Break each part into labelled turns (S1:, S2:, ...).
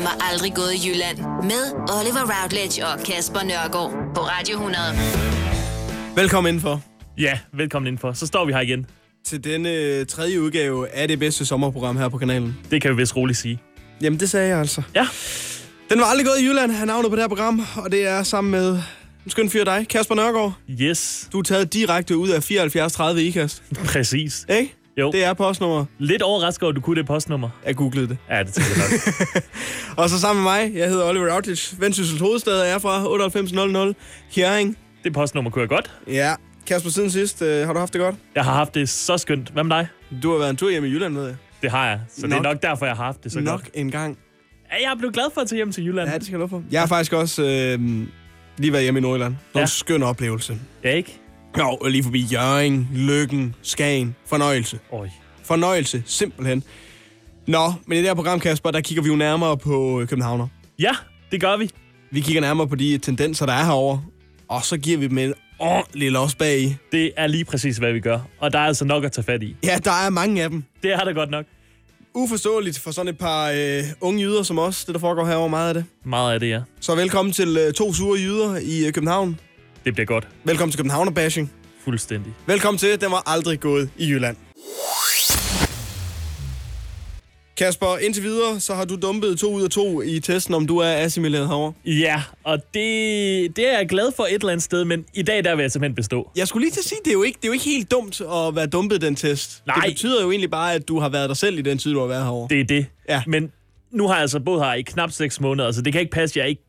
S1: har aldrig gået i Jylland med Oliver Routledge og Kasper Nørgaard på Radio 100.
S2: Velkommen indenfor
S3: Ja, velkommen indenfor. Så står vi her igen.
S2: til denne øh, tredje udgave af det bedste sommerprogram her på kanalen.
S3: Det kan vi vist roligt sige.
S2: Jamen, det sagde jeg altså.
S3: Ja,
S2: Den var aldrig gået i Jylland, er navnet på det her program, og det er sammen med en skøn fyr dig, Kasper Nørgaard.
S3: yes,
S2: Du er taget direkte ud af 7430 IKAST,
S3: præcis.
S2: ikke?
S3: Jo.
S2: Det er postnummer.
S3: Lidt overrasket over, at du kunne det postnummer.
S2: Jeg googlede det.
S3: Ja, det tænker jeg nok.
S2: Og så sammen med mig, jeg hedder Oliver Routledge. Vendsyssels hovedstad er jeg fra 9800 Hjæring.
S3: Det postnummer kunne jeg godt.
S2: Ja. Kasper, siden sidst, øh, har du haft det godt?
S3: Jeg har haft det så skønt. Hvad med dig?
S2: Du har været en tur hjemme i Jylland, ved jeg.
S3: Det har jeg. Så det
S2: Nok.
S3: er nok derfor, jeg har haft det så
S2: Nok
S3: godt.
S2: en gang.
S3: Ja, jeg er blevet glad for at tage hjem til Jylland.
S2: Ja, det skal jeg love for. Jeg har faktisk også øh, lige været hjemme i Nordjylland. Det var ja.
S3: Ja.
S2: en skøn oplevelse.
S3: Ja, ikke?
S2: Jo, og lige forbi Jørgen, Lykken, Skagen. Fornøjelse.
S3: Oj.
S2: Fornøjelse, simpelthen. Nå, men i det her program, Kasper, der kigger vi jo nærmere på øh, københavner.
S3: Ja, det gør vi.
S2: Vi kigger nærmere på de tendenser, der er herovre. Og så giver vi dem en ordentlig los bag i.
S3: Det er lige præcis, hvad vi gør. Og der er altså nok at tage fat i.
S2: Ja, der er mange af dem.
S3: Det er der godt nok.
S2: Uforståeligt for sådan et par øh, unge jyder som os, det der foregår herovre meget af det.
S3: Meget af det, ja.
S2: Så velkommen til øh, to sure jyder i øh, København.
S3: Det bliver godt.
S2: Velkommen til Københavner-bashing.
S3: Fuldstændig.
S2: Velkommen til, den var aldrig gået i Jylland. Kasper, indtil videre, så har du dumpet to ud af to i testen, om du er assimileret herovre.
S3: Ja, og det, det er jeg glad for et eller andet sted, men i dag der vil jeg simpelthen bestå.
S2: Jeg skulle lige til at sige, det er jo ikke, det er jo ikke helt dumt at være dumpet i den test.
S3: Nej.
S2: Det betyder jo egentlig bare, at du har været dig selv i den tid, du har været herovre.
S3: Det er det.
S2: Ja.
S3: Men nu har jeg altså boet her i knap 6 måneder, så det kan ikke passe, at jeg ikke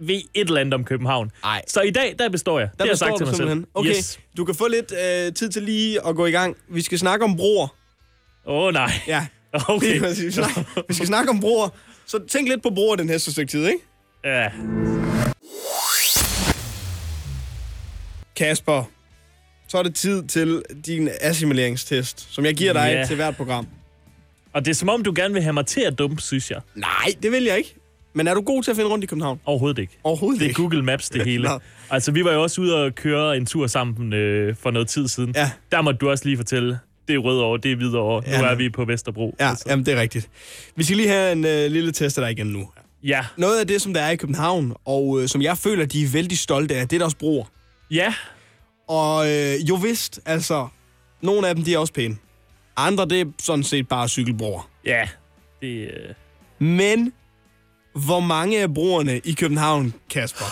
S3: ved et eller andet om København.
S2: Nej.
S3: Så i dag, der består jeg.
S2: Der
S3: det har jeg
S2: består
S3: sagt til
S2: du
S3: mig
S2: simpelthen.
S3: selv.
S2: Okay,
S3: Yes.
S2: du kan få lidt øh, tid til lige at gå i gang. Vi skal snakke om broer.
S3: Åh oh, nej.
S2: Ja,
S3: Okay.
S2: lige præcis. Snak- Vi skal snakke om broer. Så tænk lidt på broer den næste stykke tid, ikke?
S3: Ja.
S2: Kasper, så er det tid til din assimileringstest, som jeg giver dig
S3: Ja.
S2: til hvert program.
S3: Og det er som om, du gerne vil have mig til at dumpe, synes jeg.
S2: Nej, det vil jeg ikke. Men er du god til at finde rundt i København?
S3: Overhovedet ikke.
S2: Overhovedet
S3: Det er
S2: ikke.
S3: Google Maps, det hele.
S2: Nå.
S3: Altså, vi var jo også ude og køre en tur sammen øh, for noget tid siden.
S2: Ja.
S3: Der måtte du også lige fortælle, det er Rødovre, det er Hvidovre,
S2: Ja,
S3: nu er
S2: men-
S3: vi på Vesterbro.
S2: Ja,
S3: Altså,
S2: jamen, det er rigtigt. Vi skal lige have en øh, lille test af dig igen nu.
S3: ja.
S2: Noget af det, som der er i København, og øh, som jeg føler, de er vældig stolte af, det er deres broer.
S3: Ja,
S2: Og øh, jo vist, altså, nogle af dem, de er også pæne. Andre, det er sådan set bare cykelbroer.
S3: ja. Det, øh,
S2: Men hvor mange af broerne i København, Kasper,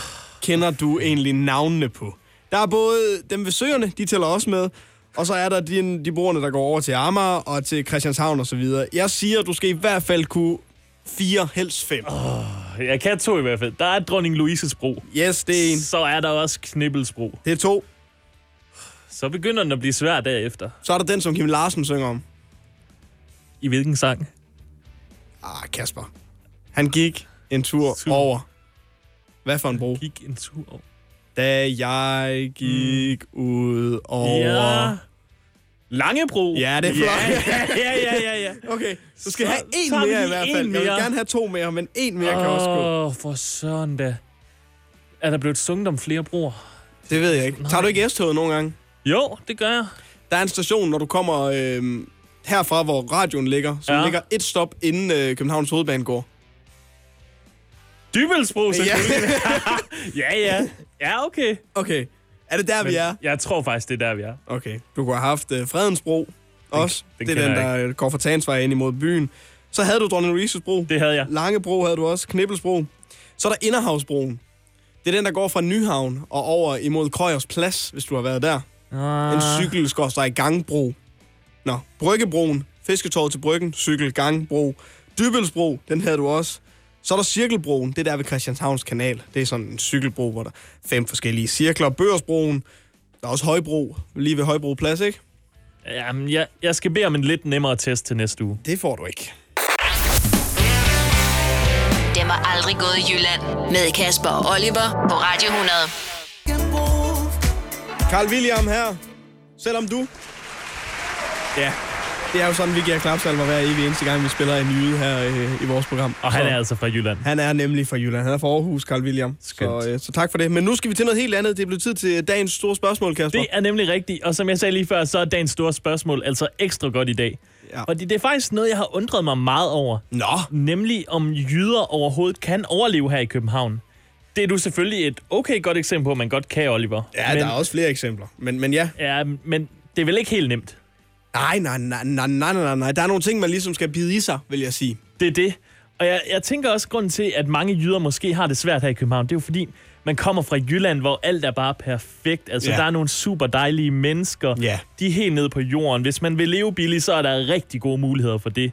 S2: kender du egentlig navnene på? Der er både dem ved søerne, de tæller også med, og så er der de, de broerne, der går over til Amager og til Christianshavn osv. Jeg siger, du skal i hvert fald kunne fire, helst fem.
S3: jeg kan to i hvert fald. Der er Dronning Louises bro.
S2: Yes, det er en.
S3: Så er der også Knibbelsbro.
S2: Det er to.
S3: Så begynder den at blive svær derefter.
S2: Så er der den, som Kim Larsen synger om.
S3: I hvilken sang?
S2: Ah, Kasper. Han gik en tur
S3: Sur.
S2: over. Hvad for en bro?
S3: Gik en tur over.
S2: Da jeg gik ud over...
S3: Ja. Langebro.
S2: Ja, det er flot.
S3: Ja, ja, ja, ja. ja.
S2: Okay, så skal jeg have
S3: Så-
S2: en
S3: så har vi
S2: mere i
S3: lige
S2: hvert
S3: én
S2: fald. Jeg vil
S3: mere.
S2: gerne have to mere, men en mere kan også gå.
S3: Åh, for søren da. Er der blevet sunget om flere broer?
S2: Det ved jeg ikke. Tager du ikke S-toget nogle gange?
S3: Jo, det gør jeg.
S2: Der er en station, når du kommer øh, herfra, hvor radioen ligger, som ja.
S3: Ja.
S2: ligger et stop inden øh, Københavns hovedbane går.
S3: Dybelsbro, selvfølgelig. Ja, ja. Ja, okay.
S2: Okay, er det der, vi er?
S3: Jeg tror faktisk, det er der, vi er.
S2: Okay, du kunne have haft øh, Fredensbro også.
S3: den
S2: det er
S3: kender
S2: den,
S3: jeg
S2: der øh, går fra Tagensvej ind imod byen. Så havde du Dronning Louise's bro.
S3: Det havde jeg.
S2: Langebro havde du også. Knibbelsbro. Så er der Inderhavsbroen. Det er den, der går fra Nyhavn og over imod Krøjers Plads, hvis du har været der. En
S3: Ah.
S2: cykel går sig i gangbro. Nå, Bryggebroen, Fisketåret til Bryggen, cykel, gangbro. Dybelsbro, den havde du også. Så er der Cirkelbroen, det er der ved Christianshavns kanal. Det er sådan en cykelbro, hvor der er fem forskellige cirkler. Børsbroen, der er også Højbro, lige ved Højbro Plads, ikke?
S3: Jamen, jeg, jeg skal bede om en lidt nemmere test til næste uge.
S2: Det får du ikke.
S1: Den var aldrig gået i Jylland med Kasper og Oliver på Radio 100.
S2: Carl William her. Selvom du... Ja, det er jo sådan, vi giver klapsalver hver evig eneste gang, vi spiller en nyde her øh, i vores program.
S3: Og han
S2: Så-
S3: er altså fra Jylland.
S2: Han er nemlig fra Jylland. Han er fra Aarhus, Carl William.
S3: Skønt.
S2: Så, øh, så tak for det. Men nu skal vi til noget helt andet. Det er blevet tid til dagens store spørgsmål, Kasper.
S3: Det er nemlig rigtigt, og som jeg sagde lige før, så er dagens store spørgsmål altså ekstra godt i dag.
S2: Ja.
S3: Og det, det er faktisk noget, jeg har undret mig meget over.
S2: Nå,
S3: Nemlig om jyder overhovedet kan overleve her i København. Det er du selvfølgelig et okay godt eksempel på, at man godt kan, Oliver.
S2: ja,
S3: men,
S2: men... der er også flere eksempler. Men, men ja.
S3: Ja, men det er vel ikke helt nemt.
S2: Nej, nej, nej, nej, nej, nej, nej. Der er nogle ting, man ligesom skal bide i sig, vil jeg sige.
S3: Det er det. Og jeg, jeg tænker også, grunden til, at mange jyder måske har det svært her i København, det er jo fordi, man kommer fra Jylland, hvor alt er bare perfekt. Altså,
S2: Ja.
S3: der er nogle super dejlige mennesker.
S2: Ja.
S3: De er helt nede på jorden. Hvis man vil leve billigt, så er der rigtig gode muligheder for det.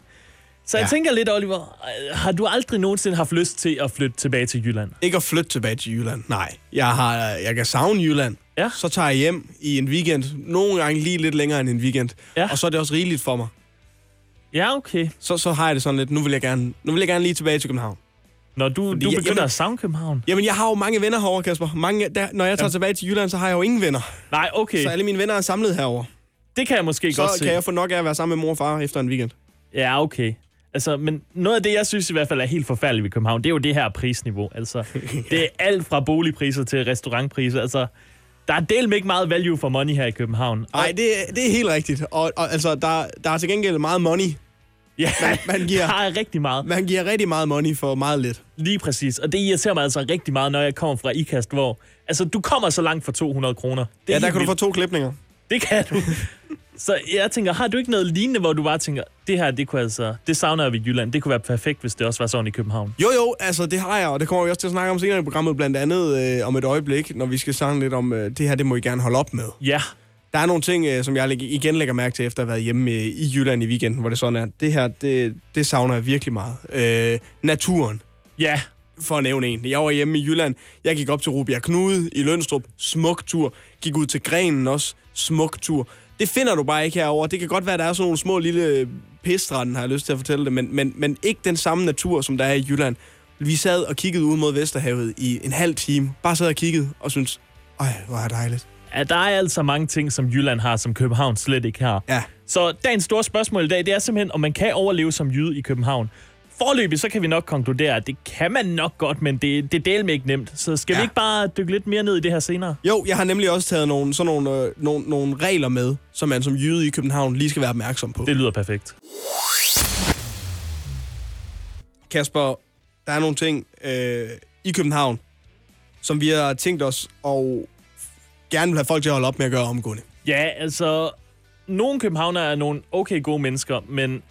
S3: Så jeg
S2: Ja.
S3: tænker lidt, Oliver, øh, har du aldrig nogensinde haft lyst til at flytte tilbage til Jylland?
S2: Ikke at flytte tilbage til Jylland. Nej. Jeg, har, jeg kan savne Jylland.
S3: Ja.
S2: Så tager jeg hjem i en weekend. Nogle gange lige lidt længere end en weekend.
S3: Ja.
S2: Og så er det også rigeligt for mig.
S3: Ja, okay.
S2: Så, så har jeg det sådan lidt, nu vil jeg gerne, nu vil jeg gerne lige tilbage til København.
S3: Når du, du
S2: jeg-
S3: begynder
S2: jamen-
S3: at savne København.
S2: Jamen, jeg har jo mange venner herovre, Kasper. Mange, der, når jeg tager tilbage til Jylland, så har jeg jo ingen venner.
S3: Nej, okay.
S2: Så alle mine venner er samlet herover.
S3: Det kan jeg måske godt
S2: Så
S3: se.
S2: kan jeg få nok af at være sammen med mor og far efter en weekend.
S3: Ja, okay. Altså, men noget af det, jeg synes i hvert fald er helt forfærdeligt ved København, det er jo det her prisniveau. Altså, det er alt fra boligpriser til restaurantpriser. Altså, der er delt ikke meget value for money her i København.
S2: Nej, det, det er helt rigtigt. Og, og altså, der, der er til gengæld meget money.
S3: ja,
S2: Man, man, giver,
S3: der er rigtig meget.
S2: man giver rigtig meget money for meget lidt.
S3: Lige præcis. Og det irriterer mig altså rigtig meget, når jeg kommer fra IKAST, hvor... Altså, du kommer så langt for 200 kroner. Det er
S2: Ja, der
S3: helt
S2: kan du få
S3: vildt.
S2: to klipninger.
S3: Det kan du. så jeg tænker, har du ikke noget lignende, hvor du bare tænker, det her, det kunne altså... Det savner jeg ved Jylland. Det kunne være perfekt, hvis det også var sådan i København.
S2: Jo, jo, altså det har jeg, og det kommer vi også til at snakke om senere i programmet, blandt andet øh, om et øjeblik, når vi skal snakke lidt om, øh, det her, det må I gerne holde op med.
S3: Ja,
S2: Der er nogle ting, øh, som jeg lægger- igen lægger mærke til, efter at have været hjemme øh, i Jylland i weekenden, hvor det sådan er, det her, det, det savner jeg virkelig meget. Øh, naturen,
S3: ja,
S2: for at nævne en. Jeg var hjemme i Jylland, jeg gik op til Rubia Knude i Lønstrup, smuk tur. Gik ud til Grenen også, smuk tur. Det finder du bare ikke herover. Det kan godt være, at der er sådan nogle små lille pistranden, har jeg lyst til at fortælle det, men, men, men ikke den samme natur, som der er i Jylland. Vi sad og kiggede ud mod Vesterhavet i en halv time. Bare sad og kiggede og syntes, øj, hvor er det dejligt.
S3: at der er altså mange ting, som Jylland har, som København slet ikke har.
S2: Ja,
S3: Så dagens store spørgsmål i dag, det er simpelthen, om man kan overleve som jyde i København. Forløbig, så kan vi nok konkludere, at det kan man nok godt, men det, det er med ikke nemt. Så skal ja. vi
S2: Ja.
S3: ikke bare dykke lidt mere ned i det her senere?
S2: Jo, jeg har nemlig også taget nogle, sådan nogle, øh, nogle, nogle regler med, som man som jyde i København lige skal være opmærksom på.
S3: Det lyder perfekt.
S2: Kasper, der er nogle ting øh, i København, som vi har tænkt os og gerne vil have folk til at holde op med at gøre omgående.
S3: Ja, altså, nogle københavnere er nogle okay gode mennesker, men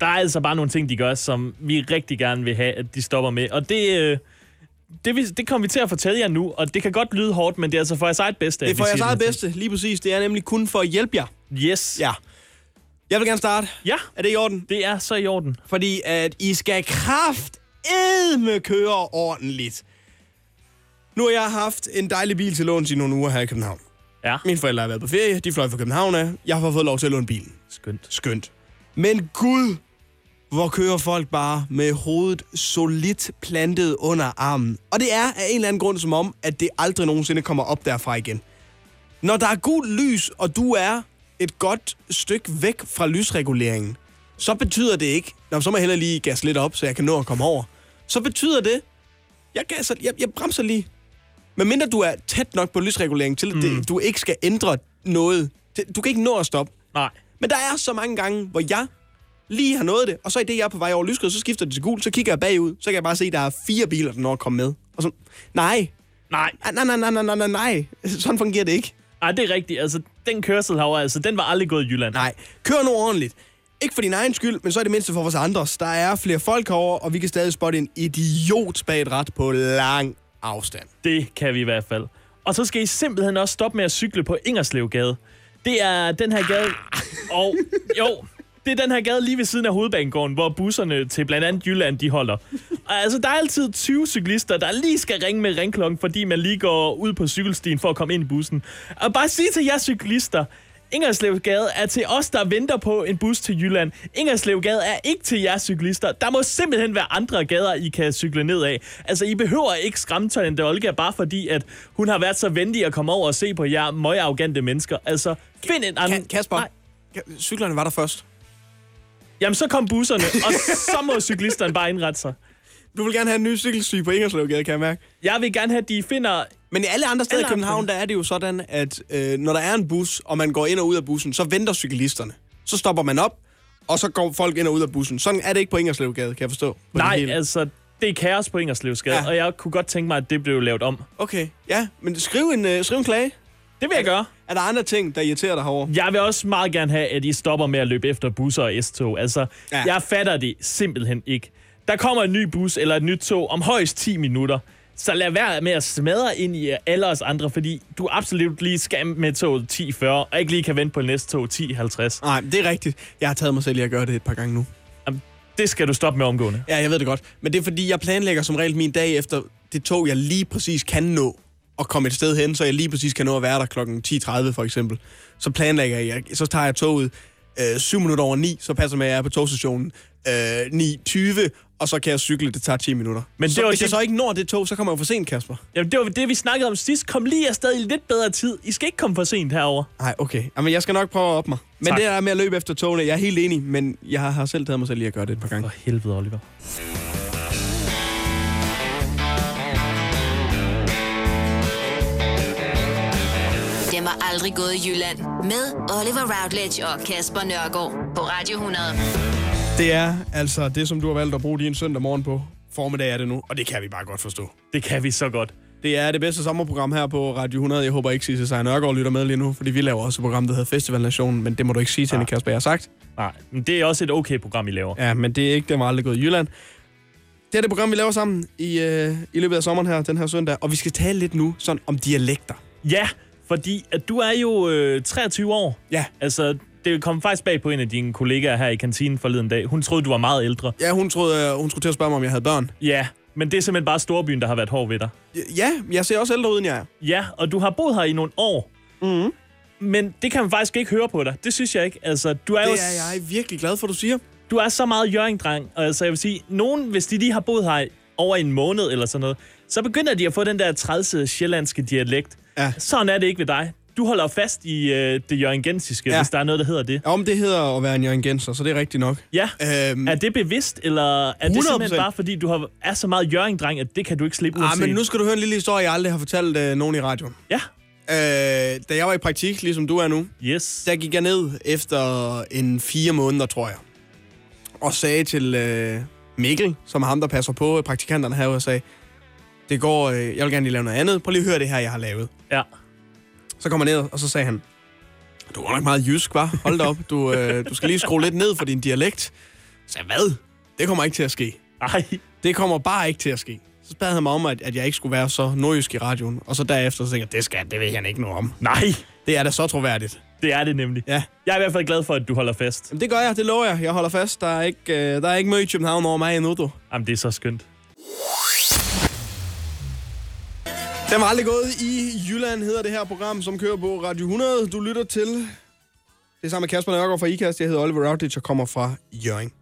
S3: der er altså bare nogle ting, de gør, som vi rigtig gerne vil have, at de stopper med. Og det, øh, det, vi- det kommer vi til at fortælle jer nu, og det kan godt lyde hårdt, men det er altså for jeres eget bedste.
S2: Det
S3: at
S2: er
S3: vi
S2: for
S3: siger
S2: jeres eget
S3: her ting.
S2: bedste, lige præcis. Det er nemlig kun for at hjælpe jer.
S3: Yes.
S2: Ja. Jeg vil gerne starte.
S3: ja.
S2: Er det i orden?
S3: Det er så i orden.
S2: Fordi at I skal kraft med køre ordentligt. Nu har jeg haft en dejlig bil til låns i nogle uger her i København.
S3: Ja,
S2: Mine forældre har været på ferie, de fløj fra København af. Jeg har fået lov til at låne bilen.
S3: skønt.
S2: skønt. Men gud, hvor kører folk bare med hovedet solidt plantet under armen. Og det er af en eller anden grund som om, at det aldrig nogensinde kommer op derfra igen. Når der er gult lys, og du er et godt stykke væk fra lysreguleringen, så betyder det ikke, Nå, så må jeg hellere lige gas lidt op, så jeg kan nå at komme over. Så betyder det, jeg, gasser, jeg, jeg bremser lige. Men mindre du er tæt nok på lysreguleringen til, at det, du ikke skal ændre noget. Det- Du kan ikke nå at stoppe.
S3: Nej.
S2: Men der er så mange gange, hvor jeg lige har nået det, og så i det, jeg er på vej over lyskrydset, så skifter det til gul, så kigger jeg bagud, så kan jeg bare se, at der er fire biler, der når at komme med. Og så, nej,
S3: Nej.
S2: Ah, nej, nej, nej, nej, nej, nej, nej, sådan fungerer det ikke.
S3: Ej, det er rigtigt. Altså, den kørsel herovre, altså, den var aldrig gået i Jylland.
S2: Nej, kør nu ordentligt. Ikke for din egen skyld, men så er det mindste for vores andres. Der er flere folk herovre, og vi kan stadig spotte en idiot bag et ret på lang afstand.
S3: Det kan vi i hvert fald. Og så skal I simpelthen også stoppe med at cykle på Ingerslevgade. Det er den her gade... Og jo, det er den her gade lige ved siden af hovedbanegården, hvor busserne til blandt andet Jylland, de holder. Og altså, der er altid 20 cyklister, der lige skal ringe med ringklokken, fordi man lige går ud på cykelstien for at komme ind i bussen. Og bare sige til jer cyklister, Ingerslevgade er til os, der venter på en bus til Jylland. Ingerslevgade er ikke til jer cyklister. Der må simpelthen være andre gader, I kan cykle ned af. Altså, I behøver ikke skræmme Tolente Olga, bare fordi, at hun har været så venlig at komme over og se på jer møgarrogante mennesker. Altså, find en anden...
S2: Ka- Kasper,
S3: Nej.
S2: Ka- cyklerne var der først.
S3: Jamen, så kom busserne, og så må cyklisterne bare indrette sig.
S2: Du vil gerne have en ny cykelstyg på Ingerslevgade, kan jeg mærke.
S3: Jeg vil gerne have, at de finder...
S2: Men i alle andre steder
S3: Alle
S2: i
S3: andre
S2: København, der er det jo sådan, at øh, når der er en bus, og man går ind og ud af bussen, så venter cyklisterne. Så stopper man op, og så går folk ind og ud af bussen. Sådan er det ikke på Ingerslevgade, kan jeg forstå. På det
S3: Nej,
S2: hele.
S3: altså, det er kaos på Ingerslevsgade,
S2: Ja.
S3: ja. og jeg kunne godt tænke mig, at det blev lavet om.
S2: Okay, ja, men skriv en, øh, skriv en klage.
S3: Det vil jeg gøre.
S2: Er der andre ting, der irriterer dig herovre?
S3: Jeg vil også meget gerne have, at I stopper med at løbe efter busser og S-tog. Altså,
S2: Ja.
S3: ja. jeg fatter det simpelthen ikke. Der kommer en ny bus eller et nyt tog om højst 10 minutter. Så lad være med at smadre ind i alle os andre, fordi du absolut lige skal med toget 10.40, og ikke lige kan vente på næste tog 10.50.
S2: Nej, det er rigtigt. Jeg har taget mig selv i at gøre det et par gange nu.
S3: Jamen, Det skal du stoppe med omgående.
S2: Ja, jeg ved det godt. Men det er fordi, jeg planlægger som regel min dag efter det tog, jeg lige præcis kan nå at komme et sted hen, så jeg lige præcis kan nå at være der kl. 10.30 for eksempel. Så planlægger jeg, så tager jeg toget øh, 7 minutter over 9, så passer med, at jeg er på togstationen øh, 9.20, og så kan jeg cykle, det tager 10 minutter.
S3: Men det
S2: så,
S3: var
S2: hvis
S3: det-
S2: jeg så ikke når det tog, så kommer jeg for sent, Kasper.
S3: Jamen, det var det, vi snakkede om sidst. Kom lige afsted i lidt bedre tid. I skal ikke komme for sent herover.
S2: Nej, okay. Jamen, jeg skal nok prøve at op mig. Men
S3: Tak.
S2: det der med at løbe efter togene, jeg er helt enig, men jeg har selv taget mig selv lige at gøre det et par gange.
S3: For helvede, Oliver.
S1: Det var aldrig gået i Jylland. Med Oliver Routledge og Kasper Nørgaard på Radio 100.
S2: Det er altså det, som du har valgt at bruge din søndag morgen på. Formiddag er det nu, og det kan vi bare godt forstå.
S3: Det kan vi så godt.
S2: Det er det bedste sommerprogram her på Radio 100. Jeg håber ikke, Sisse Sejr Nørgaard lytter med lige nu, fordi vi laver også et program, der hedder Festival Nationen, men det må du ikke sige til hende, Kasper, jeg har sagt.
S3: Nej, men det er også et okay program, I laver.
S2: Ja, men det er ikke, det var aldrig gået i Jylland. Det er det program, vi laver sammen i, øh, i løbet af sommeren her, den her søndag, og vi skal tale lidt nu sådan om dialekter.
S3: Ja, fordi at du er jo øh, 23 år.
S2: Ja.
S3: Altså, det kom faktisk bag på en af dine kollegaer her i kantinen forleden dag. Hun troede, du var meget ældre.
S2: Ja, hun troede, øh, hun skulle til at spørge mig, om jeg havde børn.
S3: Ja, men det er simpelthen bare storbyen, der har været hård ved dig.
S2: Ja, jeg ser også ældre ud, end jeg er.
S3: Ja, og du har boet her i nogle år. Mm. Men det kan man faktisk ikke høre på dig. Det synes jeg ikke. Altså, du er jo
S2: Det er jeg virkelig glad for, du siger.
S3: du er så meget jørgingdreng, og altså jeg vil sige, nogen, hvis de lige har boet her over en måned eller sådan noget, så begynder de at få den der trælsede sjællandske dialekt.
S2: Ja.
S3: Sådan er det ikke ved dig. Du holder fast i øh, det jørgengensiske,
S2: Ja.
S3: ja. hvis der er noget, der hedder det.
S2: Ja, om det hedder at være en Jørgen Genser, så det er rigtigt nok.
S3: Ja.
S2: Øhm,
S3: Er det bevidst, eller er det
S2: 100%?
S3: simpelthen bare, fordi du har, er så meget jørgingdreng, at det kan du ikke slippe
S2: ah,
S3: uanset?
S2: men nu skal du høre en lille historie, jeg aldrig har fortalt øh, nogen i radioen.
S3: Ja.
S2: Øh, da jeg var i praktik, ligesom du er nu,
S3: Yes.
S2: der gik jeg ned efter en fire måneder, tror jeg, og sagde til øh, Mikkel, som er ham, der passer på øh, praktikanterne herude, og sagde, det går, øh, jeg vil gerne lige lave noget andet, prøv lige at høre det her, jeg har lavet.
S3: Ja.
S2: Så kom han ned, og så sagde han, du er godt nok meget jysk, var. Hold da op, du, øh, du skal lige skrue lidt ned for din dialekt. Så sagde jeg, hvad? Det kommer ikke til at ske.
S3: Ej.
S2: Det kommer bare ikke til at ske. Så bad han mig om, at, at jeg ikke skulle være så nordjysk i radioen. Og så derefter så tænkte jeg, det skal det ved han ikke noget om.
S3: Nej.
S2: Det er da så troværdigt.
S3: Det er det nemlig.
S2: Ja.
S3: Jeg er i hvert fald glad for, at du holder fast.
S2: Jamen, det gør jeg, det lover jeg. Jeg holder fast. Der er ikke, øh, der er ikke møde i København over mig endnu, du.
S3: Jamen, det er så skønt.
S2: Den var aldrig gået i Jylland, hedder det her program, som kører på Radio 100. Du lytter til... Det er sammen med Kasper Nørgaard fra IKAST. Jeg hedder Oliver Routledge og kommer fra Jørgen.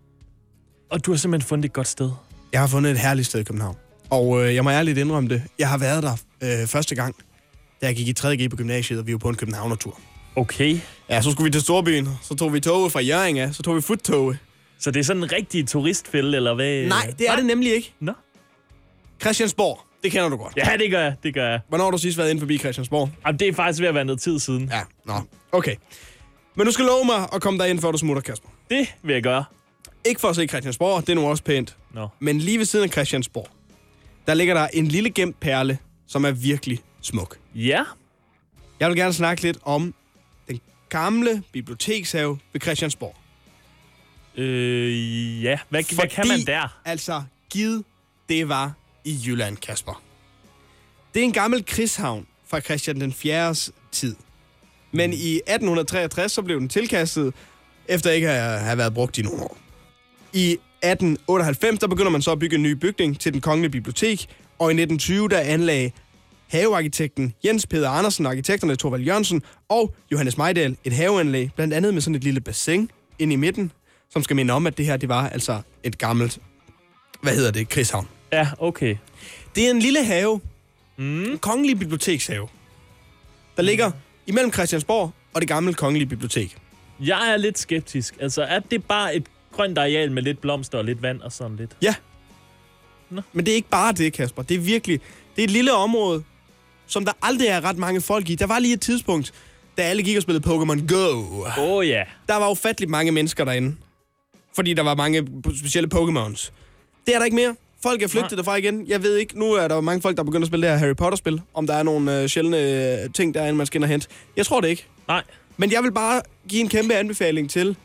S3: Og du har simpelthen fundet et godt sted.
S2: Jeg har fundet et herligt sted i København. Og øh, jeg må ærligt indrømme det. Jeg har været der øh, første gang, da jeg gik i 3.G på gymnasiet, og vi var på en Københavnertur.
S3: Okay.
S2: Ja, så skulle vi til Storbyen. Så tog vi toget fra Jørgen af. Så tog vi futtoget.
S3: Så det er sådan en rigtig turistfælde, eller hvad?
S2: Nej, det er det nemlig ikke.
S3: Nå.
S2: Christiansborg, det kender du godt.
S3: Ja, det gør jeg. Det gør jeg.
S2: Hvornår har du sidst været inde forbi Christiansborg?
S3: Jamen, det er faktisk ved at være noget tid siden.
S2: Ja, nå. Okay. Men du skal love mig at komme derind, før du smutter, Kasper.
S3: Det vil jeg gøre.
S2: Ikke for at se Christiansborg, det er nu også pænt.
S3: Nå.
S2: Men lige ved siden af Christiansborg, der ligger der en lille gemt perle, som er virkelig smuk.
S3: Ja.
S2: Jeg vil gerne snakke lidt om den gamle bibliotekshave ved Christiansborg.
S3: Øh, ja. Hvad, Fordi... hvad kan
S2: Fordi,
S3: man der?
S2: altså, giv det var i Jylland, Kasper. Det er en gammel krigshavn fra Christian den 4.s tid. Men i 1863 så blev den tilkastet, efter ikke at have været brugt i nogle år. I 1898 der begynder man så at bygge en ny bygning til den kongelige bibliotek, og i 1920 der anlagde havearkitekten Jens Peder Andersen, arkitekterne Torvald Jørgensen og Johannes Mejdal et haveanlæg, blandt andet med sådan et lille bassin ind i midten, som skal minde om, at det her det var altså et gammelt, hvad hedder det, krigshavn.
S3: Ja, okay.
S2: Det er en lille have. Mm. En kongelig bibliotekshave. Der ligger imellem Christiansborg og det gamle kongelige bibliotek.
S3: Jeg er lidt skeptisk. Altså, er det bare et grønt areal med lidt blomster og lidt vand og sådan lidt?
S2: Ja.
S3: Nå.
S2: Men det er ikke bare det, Kasper. Det er virkelig... Det er et lille område, som der aldrig er ret mange folk i. Der var lige et tidspunkt, da alle gik og spillede Pokémon Go.
S3: Åh oh, ja.
S2: Der var ufattelig mange mennesker derinde. fordi der var mange specielle Pokémons. Det er der ikke mere. Folk er flygtet
S3: Nej.
S2: derfra igen. Jeg ved ikke, nu er der mange folk, der er begyndt at spille det her Harry Potter-spil, om der er nogle øh, sjældne øh, ting derinde, man skal ind og hente. Jeg tror det ikke.
S3: Nej.
S2: Men jeg vil bare give en kæmpe anbefaling til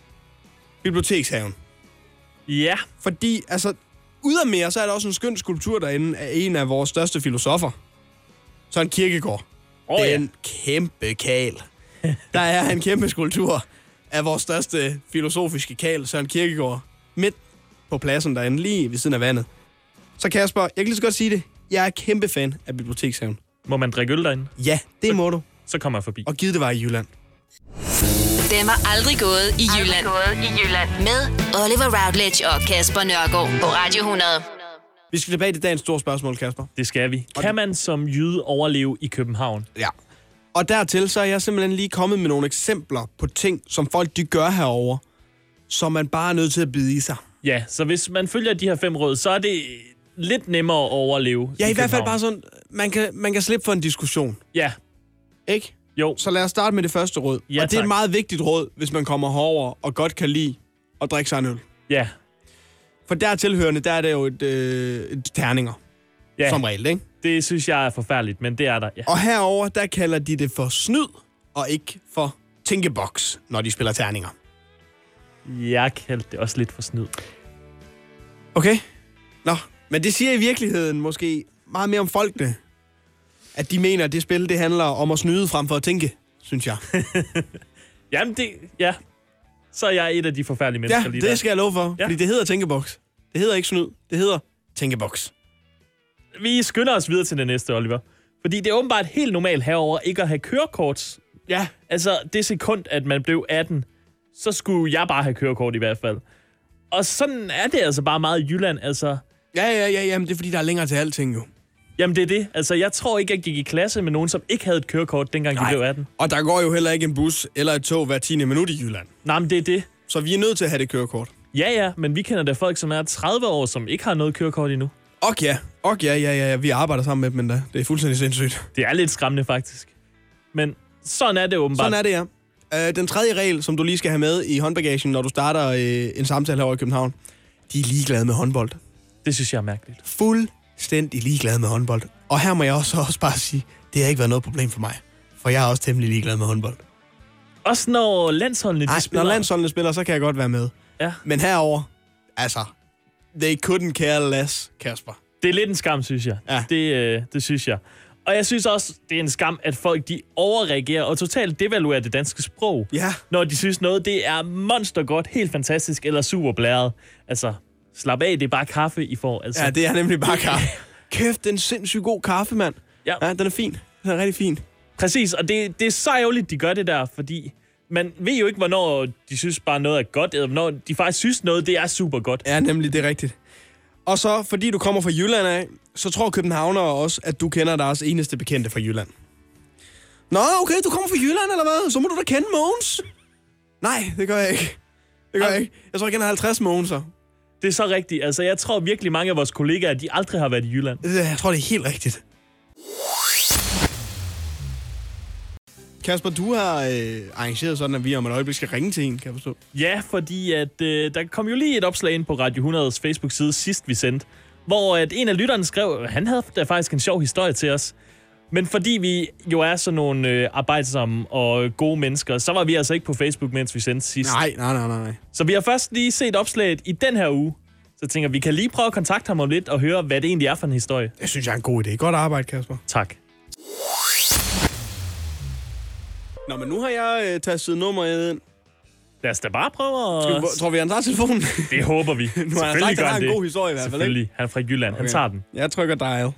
S2: Bibliotekshaven.
S3: Ja.
S2: Fordi, altså, ud af mere, så er der også en skøn skulptur derinde af en af vores største filosofer. Søren Kierkegaard.
S3: Åh,
S2: det er
S3: ja.
S2: en kæmpe kal. Der er en kæmpe skulptur af vores største filosofiske kal, Søren Kierkegaard, midt på pladsen derinde, lige ved siden af vandet. Så Kasper, jeg kan lige så godt sige det. Jeg er kæmpe fan af Bibliotekshaven.
S3: Må man drikke øl derinde?
S2: Ja, det må du.
S3: Så kommer jeg forbi.
S2: Og giv det var i Jylland.
S1: Den var aldrig gået i Jylland. Aldrig gået i Jylland. Med Oliver Routledge og Kasper Nørgaard på Radio 100.
S2: Vi skal tilbage til dagens store spørgsmål, Kasper.
S3: Det skal vi. Kan man som jyde overleve i København?
S2: Ja. Og dertil så er jeg simpelthen lige kommet med nogle eksempler på ting, som folk de gør herover, som man bare er nødt til at bide i sig.
S3: Ja, så hvis man følger de her fem råd, så er det lidt nemmere at overleve
S2: Ja, i, i hvert fald
S3: København.
S2: bare sådan, man kan, man kan slippe for en diskussion,
S3: Ja,
S2: ikke?
S3: jo.
S2: Så lad os starte med det første råd.
S3: Ja,
S2: og det er
S3: tak.
S2: et meget vigtigt råd, hvis man kommer herover og godt kan lide at drikke sig en øl.
S3: Ja.
S2: For der tilhørende, der er det jo et, øh, et terninger,
S3: ja.
S2: ja. som regel, ikke?
S3: Det synes jeg er forfærdeligt, men det er der. Ja.
S2: Og herover der kalder de det for snyd, og ikke for tænkeboks, når de spiller terninger.
S3: Jeg kaldte det også lidt for snyd.
S2: Okay. Nå, men det siger i virkeligheden måske meget mere om folkene. At de mener, at det spil, det handler om at snyde frem for at tænke, synes jeg.
S3: Jamen, det... Ja. Så er jeg et af de forfærdelige mennesker
S2: Ja,
S3: lige der.
S2: det skal jeg love for,
S3: Ja.
S2: ja. fordi det hedder tænkeboks. Det hedder ikke snyd, det hedder tænkeboks.
S3: Vi skynder os videre til det næste, Oliver. Fordi det er åbenbart helt normalt herover ikke at have kørekort.
S2: Ja.
S3: Altså, det sekund, at man blev 18, så skulle jeg bare have kørekort i hvert fald. Og sådan er det altså bare meget i Jylland, altså.
S2: Ja, ja, ja, jamen, det er fordi, der er længere til alting jo.
S3: Jamen, det er det. Altså, jeg tror ikke, jeg gik i klasse med nogen, som ikke havde et kørekort, dengang de blev 18.
S2: Og der går jo heller ikke en bus eller et tog hver 10. minut i Jylland.
S3: Nej, men det er det.
S2: Så vi er nødt til at have det kørekort.
S3: Ja, ja, men vi kender da folk, som er 30 år, som ikke har noget kørekort endnu.
S2: Og ja, og ja, ja, ja, ja, vi arbejder sammen med dem endda. Det er fuldstændig sindssygt.
S3: Det er lidt skræmmende, faktisk. Men sådan er det åbenbart.
S2: Sådan er det, ja. Øh, den tredje regel, som du lige skal have med i håndbagagen, når du starter øh, en samtale herovre i København, de er ligeglade med håndbold.
S3: Det synes jeg er mærkeligt.
S2: Fuldstændig ligeglade med håndbold. Og her må jeg også, også bare sige, det har ikke været noget problem for mig. For jeg er også temmelig ligeglad med håndbold.
S3: Også når landsholdene, de
S2: Ej,
S3: spiller...
S2: når landsholdene spiller, så kan jeg godt være med.
S3: Ja,
S2: Men herover, altså, they couldn't care less, Kasper.
S3: det er lidt en skam, synes jeg.
S2: Ja.
S3: Det, øh, det synes jeg. Og jeg synes også, det er en skam, at folk de overreagerer og totalt devaluerer det danske sprog.
S2: Ja.
S3: Når de synes noget, det er monstergodt, helt fantastisk eller super blæret. Altså, slap af, det er bare kaffe, I får. Altså,
S2: Ja, det er nemlig bare kaffe. Kæft, den er en sindssygt god kaffe, mand.
S3: Ja.
S2: ja. den er fin. Den er rigtig fin.
S3: Præcis, og det, det er så ærgerligt, de gør det der, fordi man ved jo ikke, hvornår de synes bare noget er godt, eller hvornår de faktisk synes noget, det er super godt.
S2: Ja, nemlig, det er rigtigt. Og så, fordi du kommer fra Jylland af, så tror københavnere også, at du kender deres eneste bekendte fra Jylland. Nå, okay, du kommer fra Jylland, eller hvad? Så må du da kende Mogens. Nej, det gør jeg ikke. Det gør jeg ikke. Jeg tror, jeg kender 50 Mogenser.
S3: Det er så rigtigt. Altså, jeg tror virkelig, mange af vores kollegaer, de aldrig har været i Jylland.
S2: Det- Øh, Jeg tror, det er helt rigtigt. Kasper, du har øh, arrangeret sådan, at vi om et øjeblik skal ringe til en, kan jeg forstå.
S3: Ja, fordi at, øh, der kom jo lige et opslag ind på Radio 100's Facebook-side sidst, vi sendte, hvor at en af lytterne skrev, at han havde da faktisk en sjov historie til os. Men fordi vi jo er sådan nogle øh, arbejdsomme og gode mennesker, så var vi altså ikke på Facebook, mens vi sendte sidst.
S2: Nej, nej, nej, nej. nej.
S3: Så vi har først lige set opslaget i den her uge. Så tænker jeg, vi kan lige prøve at kontakte ham om lidt og høre, hvad det egentlig er for en historie.
S2: Det synes jeg er en god idé. Godt arbejde, Kasper.
S3: Tak.
S2: Nå, men nu har jeg øh, tastet nummeret ind.
S3: Lad os da bare prøve at...
S2: Skal vi- Tror vi, han tager telefonen?
S3: Det håber vi.
S2: Nu har han sagt, at han har en god historie i hvert fald, ikke?
S3: Selvfølgelig. Han er fra Jylland. Okay. Han tager den.
S2: Jeg trykker dial.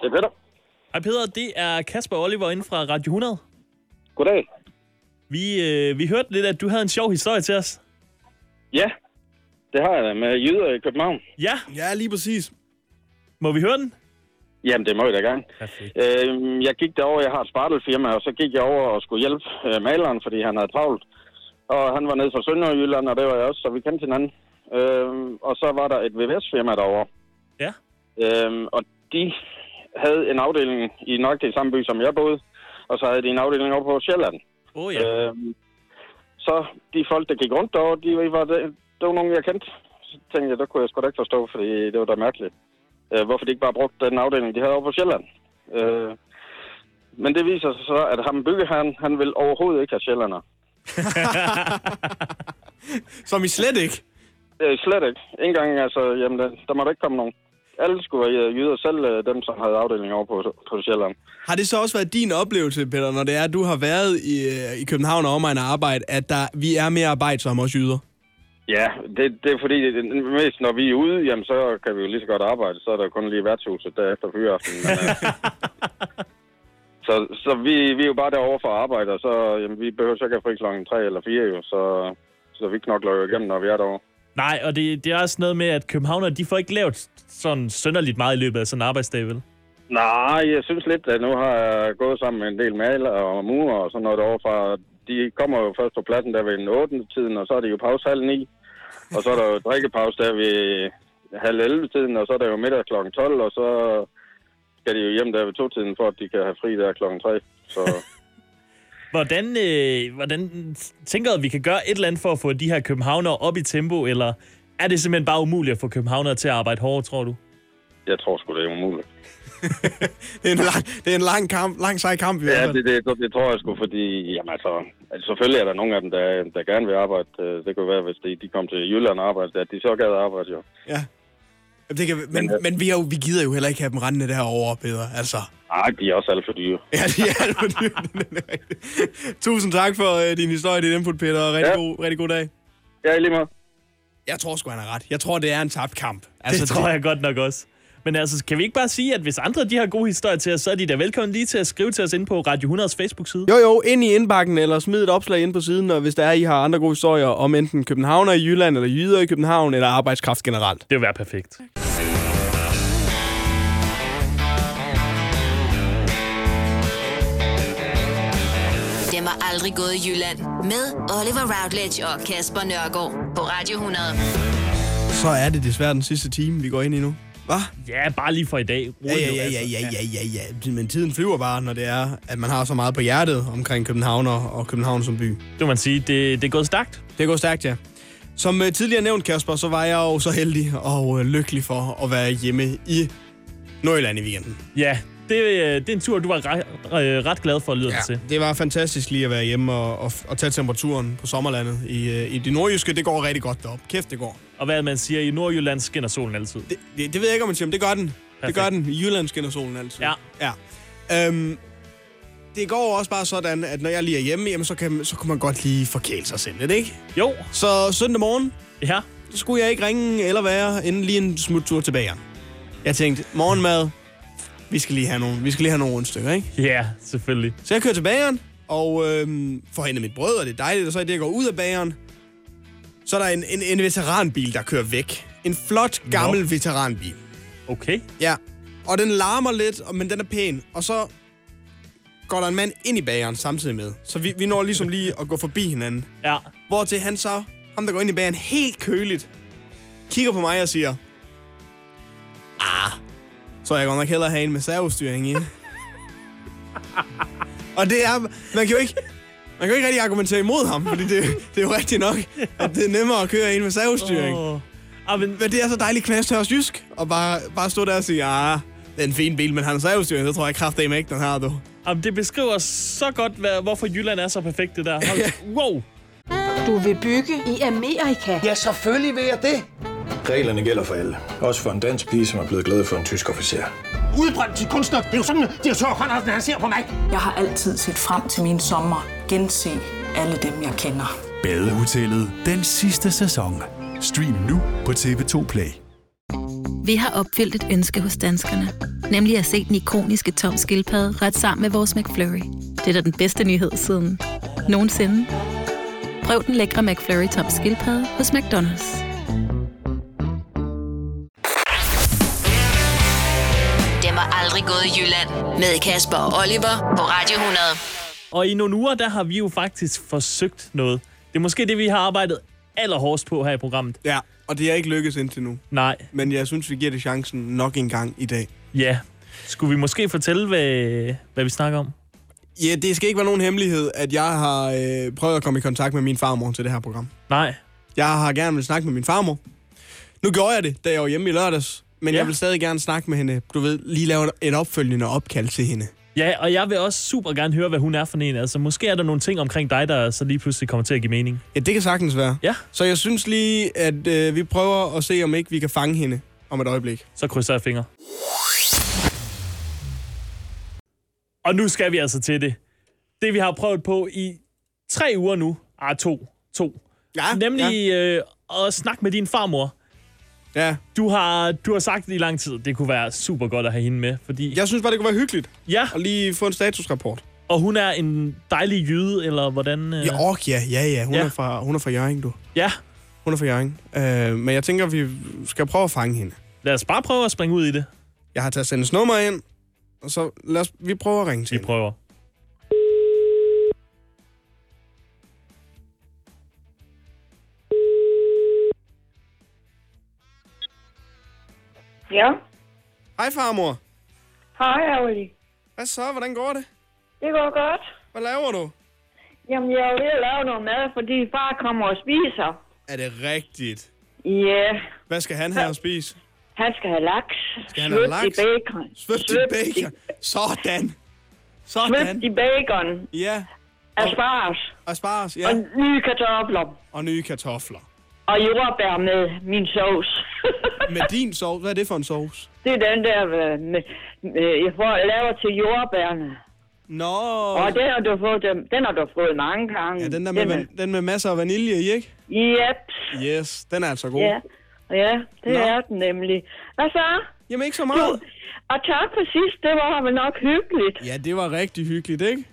S4: Det er Peter.
S3: Hej Peder, det er Kasper Oliver inden fra Radio 100.
S4: Goddag.
S3: Vi, øh, vi hørte lidt, at du havde en sjov historie til os.
S4: Ja, det har jeg da med jyder i København.
S3: Ja,
S2: Ja, lige præcis.
S3: må vi høre den?
S4: Jamen, det må jeg da gerne.
S3: Perfekt.
S4: Øh, jeg gik derover, jeg har et spartelfirma, og så gik jeg over og skulle hjælpe øh, maleren, fordi han havde travlt. Og han var nede fra Sønderjylland, og det var jeg også, så vi kendte hinanden. Øhm, Øh, og så var der et VVS-firma derovre.
S3: Ja.
S4: Øh, og de havde en afdeling i nok det samme by, som jeg boede, og så havde de en afdeling over på Sjælland.
S3: Åh oh, ja.
S4: Øh, så de folk, der gik rundt derovre, de var, det, det var nogen, jeg kendte. Så tænkte jeg, det kunne jeg sgu da ikke forstå, fordi det var da mærkeligt. Øh, hvorfor de ikke bare brugte den afdeling, de havde over på Sjælland. Øh, men det viser sig så, at ham byggeherren, han vil overhovedet ikke have sjællander.
S2: Som I slet ikke.
S4: Øh, slet ikke. Ikke engang, altså, jamen, der, der må da ikke komme nogen. Alle skulle være øh, jyder, selv øh, dem, som havde afdeling over på, på Sjælland.
S2: Har det så også været din oplevelse, Peter, når det er, at du har været i, øh, i København og omegn og arbejde, at der, vi er mere arbejdsomme os jyder?
S4: Ja, det, det er fordi, det, det, mest når vi er ude, jamen, så kan vi jo lige så godt arbejde. Så er der kun lige værtshuset derefter fyreaften. Men, øh, så så vi, vi er jo bare derovre for at arbejde, og så jamen, vi behøver så ikke at fri klokken 3 eller 4, jo, så, så vi knokler jo igennem, når vi er derovre.
S3: Nej, og det, det er også noget med, at københavnere, de får ikke lavet sådan sønderligt meget i løbet af sådan en arbejdsdag, vel?
S4: Nej, jeg synes lidt, at nu har jeg gået sammen med en del maler og murer og sådan noget derovre fra. De kommer jo først på pladsen der ved en 8. tiden, og så er det jo pause halv 9. Og så er der jo drikkepause der ved halv 11 tiden, og så er der jo middag klokken 12, og så skal de jo hjem der ved to tiden, for at de kan have fri der klokken 3. Så
S3: Hvordan, øh, hvordan tænker du, at vi kan gøre et eller andet for at få de her københavnere op i tempo, eller er det simpelthen bare umuligt at få københavnere til at arbejde hårdere, tror du?
S4: jeg tror sgu, det er umuligt.
S2: Det er en lang, det er en lang, kamp, lang sej kamp i hvert
S4: Ja,
S2: fald.
S4: det, det, det tror jeg sgu, fordi jamen, altså, altså, selvfølgelig er der nogle af dem, der, der gerne vil arbejde. Øh, Det kunne være, hvis de, de kom til Jylland og arbejde, at de så gad arbejde jo.
S2: Ja. Jamen, Det kan, men, øh, men vi, er jo, vi gider jo heller ikke have dem rendende derovre, Peter. Altså,
S4: Nej, de er også alt for dyre.
S2: ja, de er alt for dyrt. Det er rigtigt. Tusind tak for øh, din historie, dit input, Peter, og rigtig, ja.
S4: Ja.
S2: god, rigtig god dag.
S4: Ja, i lige meget.
S2: Jeg tror sgu, han har ret. Jeg tror, det er en tabt kamp.
S3: Altså, det tror jeg godt nok også. Men altså, kan vi ikke bare sige, at hvis andre de har gode historier til os, så er de da velkommen lige til at skrive til os ind på Radio 100's Facebook-side.
S2: Jo, jo, ind i indbakken, eller smid et opslag ind på siden, og hvis der er, I har andre gode historier om enten københavner i Jylland, eller jyder i København, eller arbejdskraft generelt.
S3: Det vil være perfekt.
S1: Den var aldrig gået i Jylland. Med Oliver Routledge og Kasper Nørgaard på Radio 100.
S2: Så er det desværre den sidste time, vi går ind i nu. Hvad?
S3: Ja, bare lige for i dag. Rolig
S2: Ja, ja,
S3: nu,
S2: ja,
S3: altså.
S2: ja, ja, ja, ja, ja. Men tiden flyver bare, når det er, at man har så meget på hjertet omkring København og København som by.
S3: Det må man sige, det, det er gået stærkt.
S2: Det går stærkt, ja. Som øh, tidligere nævnt, Kasper, så var jeg jo så heldig og øh, lykkelig for at være hjemme i Nordjylland i weekenden.
S3: Ja, det, øh, det er en tur, du var re- øh, ret glad for at lyde ja. til.
S2: Det var fantastisk lige at være hjemme og, og, og tage temperaturen på sommerlandet i, øh, i det nordjyske. Det går rigtig godt derop. Kæft, det går.
S3: Og hvad man siger, i Nordjylland skinner solen altid.
S2: Det, det, det ved jeg ikke, om man siger, men det gør den. Det gør
S3: Perfekt.
S2: den. I Jylland skinner solen altid.
S3: Ja.
S2: ja. Øhm, det går jo også bare sådan, at når jeg lige er hjemme, jamen, så, kan, så kunne man godt lige forkæle sig selv lidt, ikke?
S3: Jo,
S2: Så søndag morgen,
S3: ja.
S2: så skulle jeg ikke ringe eller være inden lige en smuttur tilbage. Jeg tænkte, morgenmad, vi skal lige have nogle, vi skal lige have nogle rundstykker, ikke?
S3: Ja, selvfølgelig.
S2: Så jeg kører til bageren, og øhm, får hentet mit brød, og det er dejligt, og så er det, jeg går ud af bageren. Så er der en, en, en veteranbil, der kører væk. En flot, gammel no. veteranbil.
S3: Okay.
S2: Ja, og den larmer lidt, og- men den er pæn. Og så går der en mand ind i bageren samtidig med. Så vi, vi når ligesom lige at gå forbi hinanden.
S3: Ja.
S2: Hvortil han så, ham der går ind i bageren helt køligt, kigger på mig og siger, Ah, så jeg godt nok hellere have en med servostyring i. og det er, man kan jo ikke, man kan jo ikke rigtig argumentere imod ham, fordi det, det er jo rigtigt nok, at det er nemmere at køre en med servostyring.
S3: Åh. Ah, men,
S2: Men det er så dejligt knastørs jysk, og bare, bare stå der og sige, ah, det er en fin bil, men han har servostyring, det tror jeg kraftedeme ikke, den har, du.
S3: ah, men det beskriver så godt, hvad, hvorfor Jylland er så perfekt, det der. Hold, wow.
S5: Du vil bygge i Amerika?
S6: Ja, selvfølgelig vil jeg det.
S7: Reglerne gælder for alle. Også for en dansk pige, som er blevet glad for en tysk officer.
S6: Udbrændt til kunstner. Det er jo sådan, at direktør Conradsen, han ser på mig.
S8: Jeg har altid set frem til min sommer. Gense alle dem, jeg kender.
S9: Badehotellet den sidste sæson. Stream nu på TV2 Play.
S10: Vi har opfyldt et ønske hos danskerne. Nemlig at se den ikoniske tom skildpadde ret sammen med vores McFlurry. Det er da den bedste nyhed siden nogensinde. Prøv den lækre McFlurry tom skildpadde hos McDonald's.
S1: Den var aldrig gået i Jylland. Med Kasper og Oliver på Radio 100.
S3: Og i nogle uger, der har vi jo faktisk forsøgt noget. Det er måske det, vi har arbejdet allerhårdest på her i programmet.
S2: Ja, og det er ikke lykkedes indtil nu.
S3: Nej,
S2: Men jeg synes, vi giver det chancen nok en gang i dag.
S3: ja. Skulle vi måske fortælle, hvad, hvad vi snakker om?
S2: Ja, det skal ikke være nogen hemmelighed, at jeg har øh, prøvet at komme i kontakt med min farmor til det her program.
S3: Nej.
S2: Jeg har gerne vil snakke med min farmor. Nu gjorde jeg det, da jeg var hjemme i lørdags, men
S3: Ja.
S2: ja. jeg vil stadig gerne snakke med hende. Du ved, lige lave et opfølgende opkald til hende.
S3: Ja, og jeg vil også super gerne høre, hvad hun er for en. Altså, måske er der nogle ting omkring dig, der så lige pludselig kommer til at give mening.
S2: Ja, det kan sagtens være.
S3: Ja.
S2: Så jeg synes lige, at øh, vi prøver at se, om ikke vi kan fange hende om et øjeblik.
S3: Så krydser jeg fingre. Og nu skal vi altså til det. Det, vi har prøvet på i tre uger nu. Ah, to. To.
S2: Ja,
S3: Nemlig øh, at snakke med din farmor.
S2: Ja. ja.
S3: Du har, du har sagt i lang tid, det kunne være super godt at have hende med, fordi...
S2: Jeg synes bare, det kunne være hyggeligt
S3: ja
S2: at lige få en statusrapport.
S3: og hun er en dejlig jyde, eller hvordan... Øh,
S2: Ja, og ja, ja, ja. Hun,
S3: Ja.
S2: ja. Er fra, hun er fra Jørgen, du.
S3: ja,
S2: Hun er fra Jørgen. Øh, men jeg tænker, vi skal prøve at fange hende.
S3: lad os bare prøve at springe ud i det.
S2: Jeg har taget hendes nummer ind, og så lad os, vi prøver at ringe til
S3: Vi
S2: hende.
S3: prøver.
S11: Ja.
S2: Hej farmor.
S11: Hej, Auli.
S2: Hvad så? Hvordan går det?
S11: Det går godt.
S2: Hvad laver du?
S11: Jamen, jeg er jo ved at lave noget mad, fordi far kommer og spiser.
S2: Er det rigtigt?
S11: Ja,
S2: Hvad skal han have at spise?
S11: han skal have laks.
S2: Skal han have
S11: Svøbt i
S2: laks?
S11: bacon.
S2: Svøbt i
S11: Svøbt i-
S2: bacon. Sådan.
S11: Svøbt
S2: Sådan.
S11: i bacon.
S2: Ja.
S11: Asparges.
S2: Asparges,
S11: Og
S2: ja.
S11: nye kartofler.
S2: Og nye kartofler.
S11: Og jordbær med min sovs.
S2: Med din sovs. Hvad er det for en sovs?
S11: det er den der, øh, med, med, jeg får, laver til jordbærne.
S2: Nå.
S11: Og den har du fået, den, den har du fået mange gange.
S2: Ja, den der med, van, den med masser af vanilje i, ikke?
S11: Yep.
S2: Yes, den er altså god.
S11: Ja, ja det
S2: Nå.
S11: er den nemlig. Hvad så?
S2: Jamen ikke så
S11: Du,
S2: meget.
S11: og tak for sidst, det var vel nok hyggeligt.
S2: Ja, det var rigtig hyggeligt, ikke?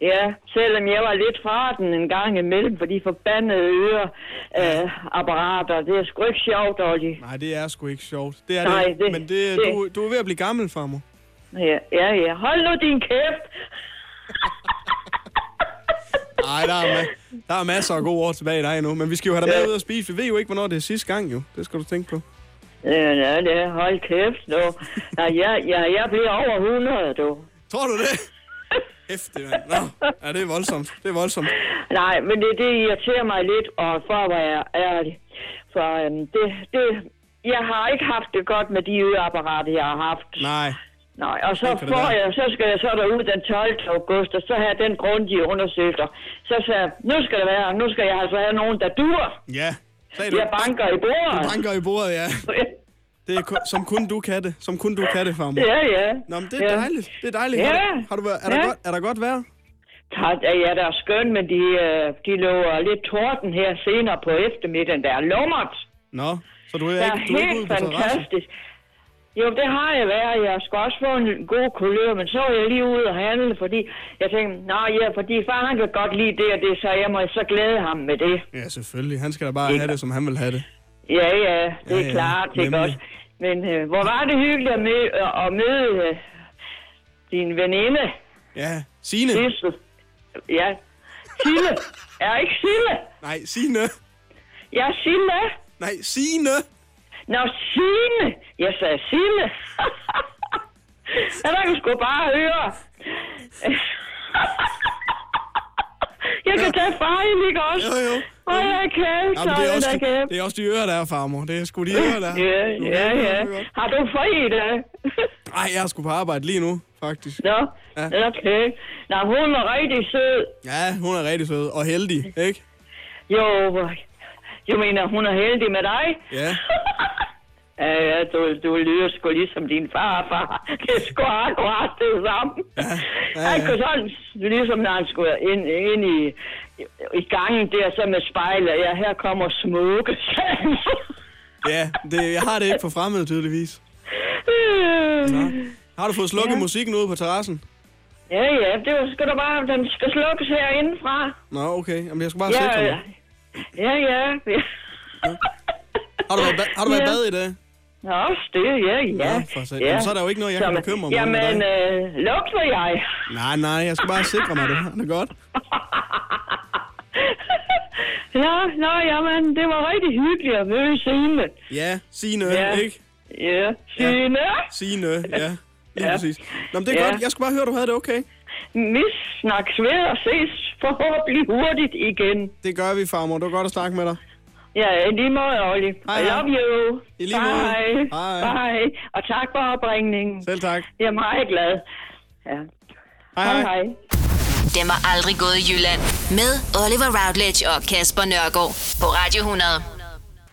S11: Ja, selvom jeg var lidt fra den en gang imellem, for de forbandede øreapparater, øh, det er sgu ikke sjovt, Olli.
S2: Nej, det er sgu ikke sjovt. Det er
S11: Nej,
S2: det, ikke.
S11: det-
S2: Men det,
S11: det-
S2: Du, du er ved at blive gammel, farmor.
S11: Ja, ja, ja. Hold nu din kæft!
S2: Nej, der, er ma- der er masser af gode år tilbage i dig endnu. Men vi skal jo have dig med ud og spise. Vi ved jo ikke, hvornår det er sidste gang, jo. Det skal du tænke på.
S11: Ja, ja, ja, hold kæft, du. Ja, jeg, ja, jeg bliver over 100, du.
S2: Tror du det? Hæftigt, mand. Nå, ja, det er voldsomt. Det er voldsomt.
S11: Nej, men det, det irriterer mig lidt, og for at være ærlig. For øhm, det, det, jeg har ikke haft det godt med de øreapparater, jeg har haft.
S2: Nej.
S11: Nej, og så,
S2: Sådan kan det
S11: får
S2: være.
S11: jeg, så skal jeg så derud den 12. august, og så har jeg den grundige undersøgelser. Så sagde jeg, nu skal det være, nu skal jeg altså have nogen, der dur.
S2: Ja. Sagde
S11: Jeg banker i bordet.
S2: Du banker i bordet, ja. Det er ku- som kun du kan det. Som kun du kan det, farmor.
S11: Ja, ja.
S2: Nå, men det er
S11: ja.
S2: dejligt. Det er dejligt.
S11: Ja.
S2: Har du, har du været, er, der
S11: Ja.
S2: godt, er der godt vejr?
S11: Tak, ja, der er skønt, men de, øh, de lover lidt torden her senere på eftermiddagen. Der er lummert.
S2: Nå, så du er,
S11: Det er
S2: ikke, du er ikke ude
S11: helt
S2: på terrassen.
S11: fantastisk. Jo, det har jeg været. Jeg skal også få en god kulør, men så var jeg lige ude og handle, fordi jeg tænkte, nej, ja, fordi far han kan godt lide det og det, så jeg må så glæde ham med det.
S2: Ja, selvfølgelig. Han skal da bare have det, som han vil have det.
S11: Ja, ja, det er
S2: Ja, ja,
S11: klart, ikke
S2: nemlig.
S11: også? Men øh, hvor var det hyggeligt at møde, øh, at møde øh, din veninde,
S2: Ja, Signe.
S11: Sissel. Ja, Sille. Er ikke Sille?
S2: Nej, Signe.
S11: Ja, Sille.
S2: Nej, Signe.
S11: Nå, Signe. Jeg sagde Sille. ja, der kan sgu bare høre. jeg kan tage fejl, ikke også?
S2: Jo, jo.
S11: Hvor er jeg kæft,
S2: Jamen, det, er også,
S11: jeg kæft.
S2: det er også de ører, der er, farmor. Det er sgu de ører, der er.
S11: Ja,
S2: Du
S11: ja,
S2: ved det
S11: ja.
S2: godt.
S11: Har du fri i dag?
S2: Ej, jeg er sgu på arbejde lige nu, faktisk.
S11: Nå,
S2: Ja.
S11: ja. okay. Nå, hun er rigtig sød.
S2: Ja, hun er rigtig sød og heldig, ikke?
S11: Jo, jeg mener, hun er heldig med dig.
S2: Ja.
S11: Ja, ja, du, du lyder sgu ligesom din farfar. Det er sgu akkurat det samme. Ja, ja, ja. Han kunne sådan, ligesom når han skulle ind, ind i, i gangen der, så med spejlet. Ja, her kommer smukke.
S2: Ja, det, jeg har det ikke for fremmede, tydeligvis. Har du fået slukket ja. musikken ude på terrassen?
S11: ja, ja, det var, skal du bare, den skal slukkes herindefra.
S2: Nå, okay. Jamen, jeg skal bare sikre
S11: Ja, ja,
S2: mig.
S11: ja, ja.
S2: Har du været, ba- har du været i
S11: Ja.
S2: bad i dag?
S11: Nå, det, ja, ja.
S2: Nå, for sat- Jamen, så er der jo ikke noget, jeg kan
S11: Jamen,
S2: bekymre mig om med
S11: Jamen,
S2: dig.
S11: øh, lugter jeg?
S2: Nej, nej, jeg skal bare sikre mig, det har det godt.
S11: Ja, nå, jamen, det var rigtig hyggeligt at møde Signe.
S2: Ja, Signe,
S11: Ja.
S2: ja. ikke?
S11: Ja, Signe. Ja.
S2: Signe, ja. lige ja. præcis. Nå, men det er ja.
S11: Ja.
S2: godt. Jeg skulle bare høre, du havde det okay.
S11: Vi snakkes ved og ses forhåbentlig hurtigt igen.
S2: Det gør vi, farmor. Det var godt at snakke med dig.
S11: Ja, i lige måde, Olli.
S2: Hej,
S11: I
S2: hej.
S11: love you.
S2: I lige måde.
S11: Bye.
S2: Hej.
S11: Bye. Og tak for opringningen.
S2: Selv tak.
S11: Jeg er meget glad. Ja.
S2: Hej,
S11: hej. hej.
S1: Den var aldrig gået i Jylland. Med Oliver Routledge og Kasper Nørgaard på Radio 100.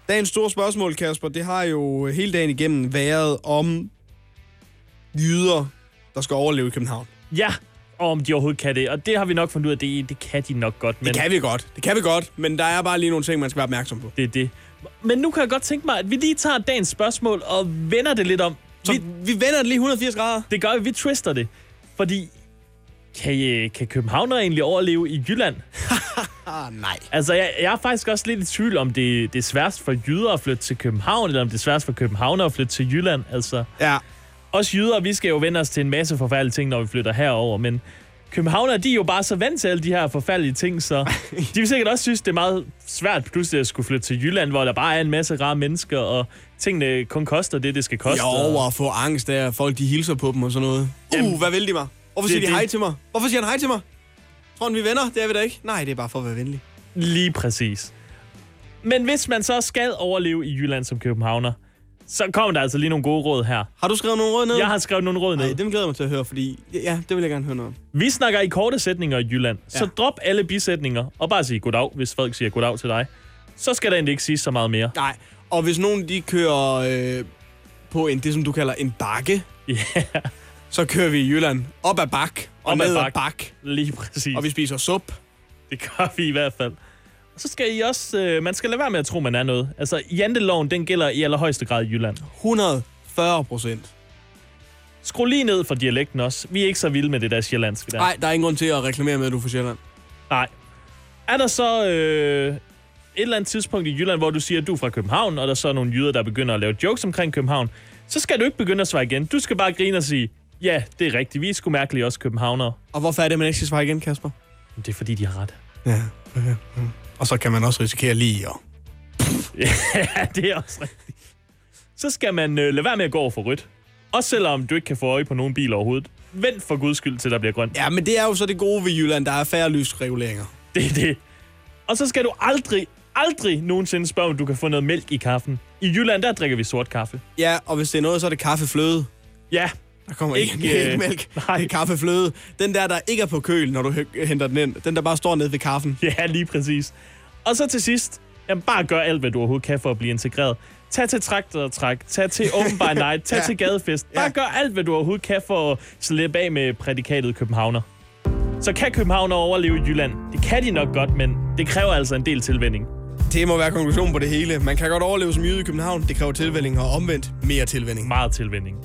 S2: Dagens store spørgsmål, Kasper, det har jo hele dagen igennem været om jyder, der skal overleve i København.
S3: Ja, og om de overhovedet kan det. Og det har vi nok fundet ud af, det, det kan de nok godt. Men
S2: Det kan vi godt. Det kan vi godt, men der er bare lige nogle ting, man skal være opmærksom på.
S3: Det er det. Men nu kan jeg godt tænke mig, at vi lige tager dagens spørgsmål og vender det lidt om. Så vi,
S2: vi vender det lige 180 grader?
S3: Det gør vi. Vi twister det. Fordi, kan, I- kan københavnere egentlig overleve i Jylland?
S2: Ah, nej.
S3: Altså, jeg, jeg er faktisk også lidt i tvivl, om det, det er sværest for jyder at flytte til København, eller om det er sværest for københavnere at flytte til Jylland. Altså,
S2: ja.
S3: Os jyder, vi skal jo vende os til en masse forfærdelige ting, når vi flytter herover, men københavnere, de er jo bare så vant til alle de her forfærdelige ting, så de vil sikkert også synes, det er meget svært pludselig at skulle flytte til Jylland, hvor der bare er en masse rare mennesker, og tingene kun koster det, det skal koste.
S2: Jeg er over at få angst af, at folk de hilser på dem og sådan noget. Uh, hvad vil de mig? Hvorfor
S3: Det
S2: siger
S3: er
S2: de
S3: det.
S2: hej til mig? Hvorfor siger han hej til mig? Tror han, vi er venner? Det er vi da ikke. Nej, det er bare for at være venlig.
S3: Lige præcis. Men hvis man så skal overleve i Jylland som københavner, så kommer der altså lige nogle gode råd her.
S2: Har du skrevet nogle råd ned?
S3: Jeg har skrevet nogle råd ned.
S2: Nej, dem glæder jeg mig til at høre, fordi... Ja, det vil jeg gerne høre noget om.
S3: Vi snakker i korte sætninger i Jylland, ja. så drop alle bisætninger og bare sig goddag, hvis folk siger goddag til dig. Så skal der egentlig ikke sige så meget mere.
S2: Nej, og hvis nogen de kører øh, på en, det, som du kalder en bakke,
S3: yeah.
S2: så kører vi i Jylland op ad bak og
S3: Op ad
S2: ned ad
S3: bak.
S2: bak.
S3: Lige præcis.
S2: Og vi spiser sup.
S3: Det gør vi i hvert fald. Og så skal I også, øh, man skal lade være med at tro, man er noget. Altså, janteloven, den gælder i allerhøjeste grad i Jylland.
S2: 140 procent.
S3: Skru lige ned for dialekten også. Vi er ikke så vilde med det der sjællandske der.
S2: Nej, der er ingen grund til at reklamere med, at du er fra Sjælland.
S3: Nej. Er der så øh, et eller andet tidspunkt i Jylland, hvor du siger, at du er fra København, og der så er nogle jyder, der begynder at lave jokes omkring København, så skal du ikke begynde at svare igen. Du skal bare grine og sige, ja, det er rigtigt, vi er sgu mærkelige også københavnere.
S2: Og hvorfor er det, man ikke skal svare igen, Kasper?
S3: Men det er fordi, de har ret.
S2: Ja. Okay. Mm. Og så kan man også risikere lige at...
S3: ja, det er også rigtigt. Så skal man øh, lade være med at gå over for rødt. Også selvom du ikke kan få øje på nogen bil overhovedet. Vent for guds skyld, til der bliver grønt.
S2: Ja, men det er jo så det gode ved Jylland, der er færre lysreguleringer.
S3: Det er det. Og så skal du aldrig, aldrig nogensinde spørge, om du kan få noget mælk i kaffen. I Jylland, der drikker vi sort kaffe.
S2: Ja, og hvis det er noget, så er det kaffefløde.
S3: Ja,
S2: Der kommer
S3: Ikke,
S2: ikke, ikke, ikke
S3: øh,
S2: mælk.
S3: nej.
S2: Nej. Det er kaffefløde. Den der, der ikke er på køl, når du hø- henter den ind. Den, der bare står nede ved kaffen.
S3: ja, lige præcis. Og så til sidst, jamen bare gør alt, hvad du overhovedet kan for at blive integreret. Tag til traktortræk, tag til open by night, tag ja. til gadefest. Bare
S2: Ja.
S3: ja. gør alt, hvad du overhovedet kan for at slippe af med prædikatet københavner. Så kan københavner overleve i Jylland? Det kan de nok godt, men det kræver altså en del tilvænding.
S2: Det må være konklusionen på det hele. Man kan godt overleve som jyde i København. Det kræver tilvænning og omvendt mere tilvænning.
S3: Meget tilvænding.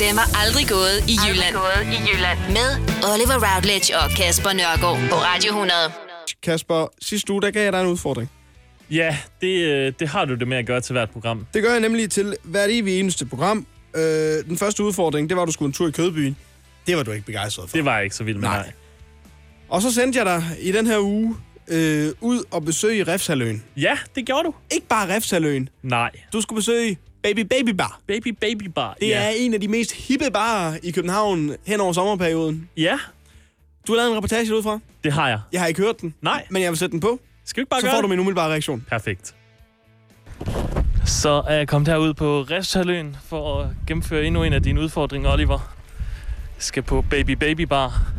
S1: Den var aldrig gået i Jylland. Aldrig gået i Jylland. Med Oliver Routledge og Kasper Nørgaard på Radio 100.
S2: Kasper, sidste uge, der gav jeg dig en udfordring.
S3: Ja, det, øh, det har du det med at gøre til hvert program.
S2: Det gør jeg nemlig til hvert evig eneste program. Øh, den første udfordring, det var, at du skulle en tur i Kødbyen. Det var du ikke begejstret for.
S3: Det var jeg ikke så vild med.
S2: Nej. Og så sendte jeg dig i den her uge øh, ud og besøge Refshaløen.
S3: Ja, det gjorde du.
S2: Ikke bare Refshaløen.
S3: Nej.
S2: Du skulle besøge Baby Baby Bar.
S3: Baby Baby Bar.
S2: Det
S3: ja.
S2: er en af de mest hippe barer i København hen over sommerperioden.
S3: Ja,
S2: Du har lavet en reportage ud fra.
S3: det har jeg.
S2: Jeg har ikke hørt den.
S3: Nej.
S2: Men jeg vil sætte den på.
S3: Skal vi ikke bare
S2: Så
S3: gøre
S2: får
S3: det?
S2: du min umiddelbare reaktion.
S3: Perfekt. Så er jeg kommet herud på Refshaløen for at gennemføre endnu en af dine udfordringer, Oliver. Jeg skal på Baby Baby Bar.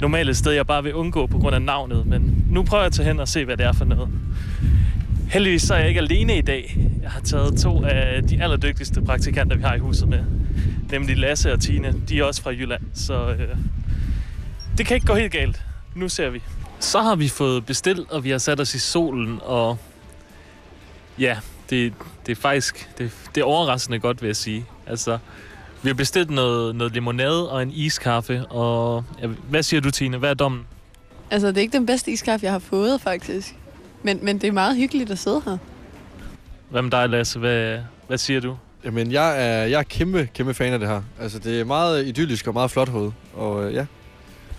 S3: Normalt et sted, jeg bare vil undgå på grund af navnet, men nu prøver jeg at tage hen og se, hvad det er for noget. Heldigvis så er jeg ikke alene i dag. Jeg har taget to af de allerdygtigste praktikanter, vi har i huset med. Nemlig Lasse og Tine. De er også fra Jylland, så øh, det kan ikke gå helt galt. Nu ser vi. Så har vi fået bestilt, og vi har sat os i solen, og Ja, det, det er faktisk det, det er overraskende godt, vil jeg sige. Altså, vi har bestilt noget, noget limonade og en iskaffe, og ja, hvad siger du, Tine? Hvad er dommen?
S12: Altså, det er ikke den bedste iskaffe, jeg har fået, faktisk. Men, men det er meget hyggeligt at sidde her.
S3: Hvad med dig, Lasse? Hvad, hvad siger du?
S13: Jamen, jeg er, jeg er kæmpe, kæmpe fan af det her. Altså, det er meget idyllisk og meget flot hoved. Og øh, ja,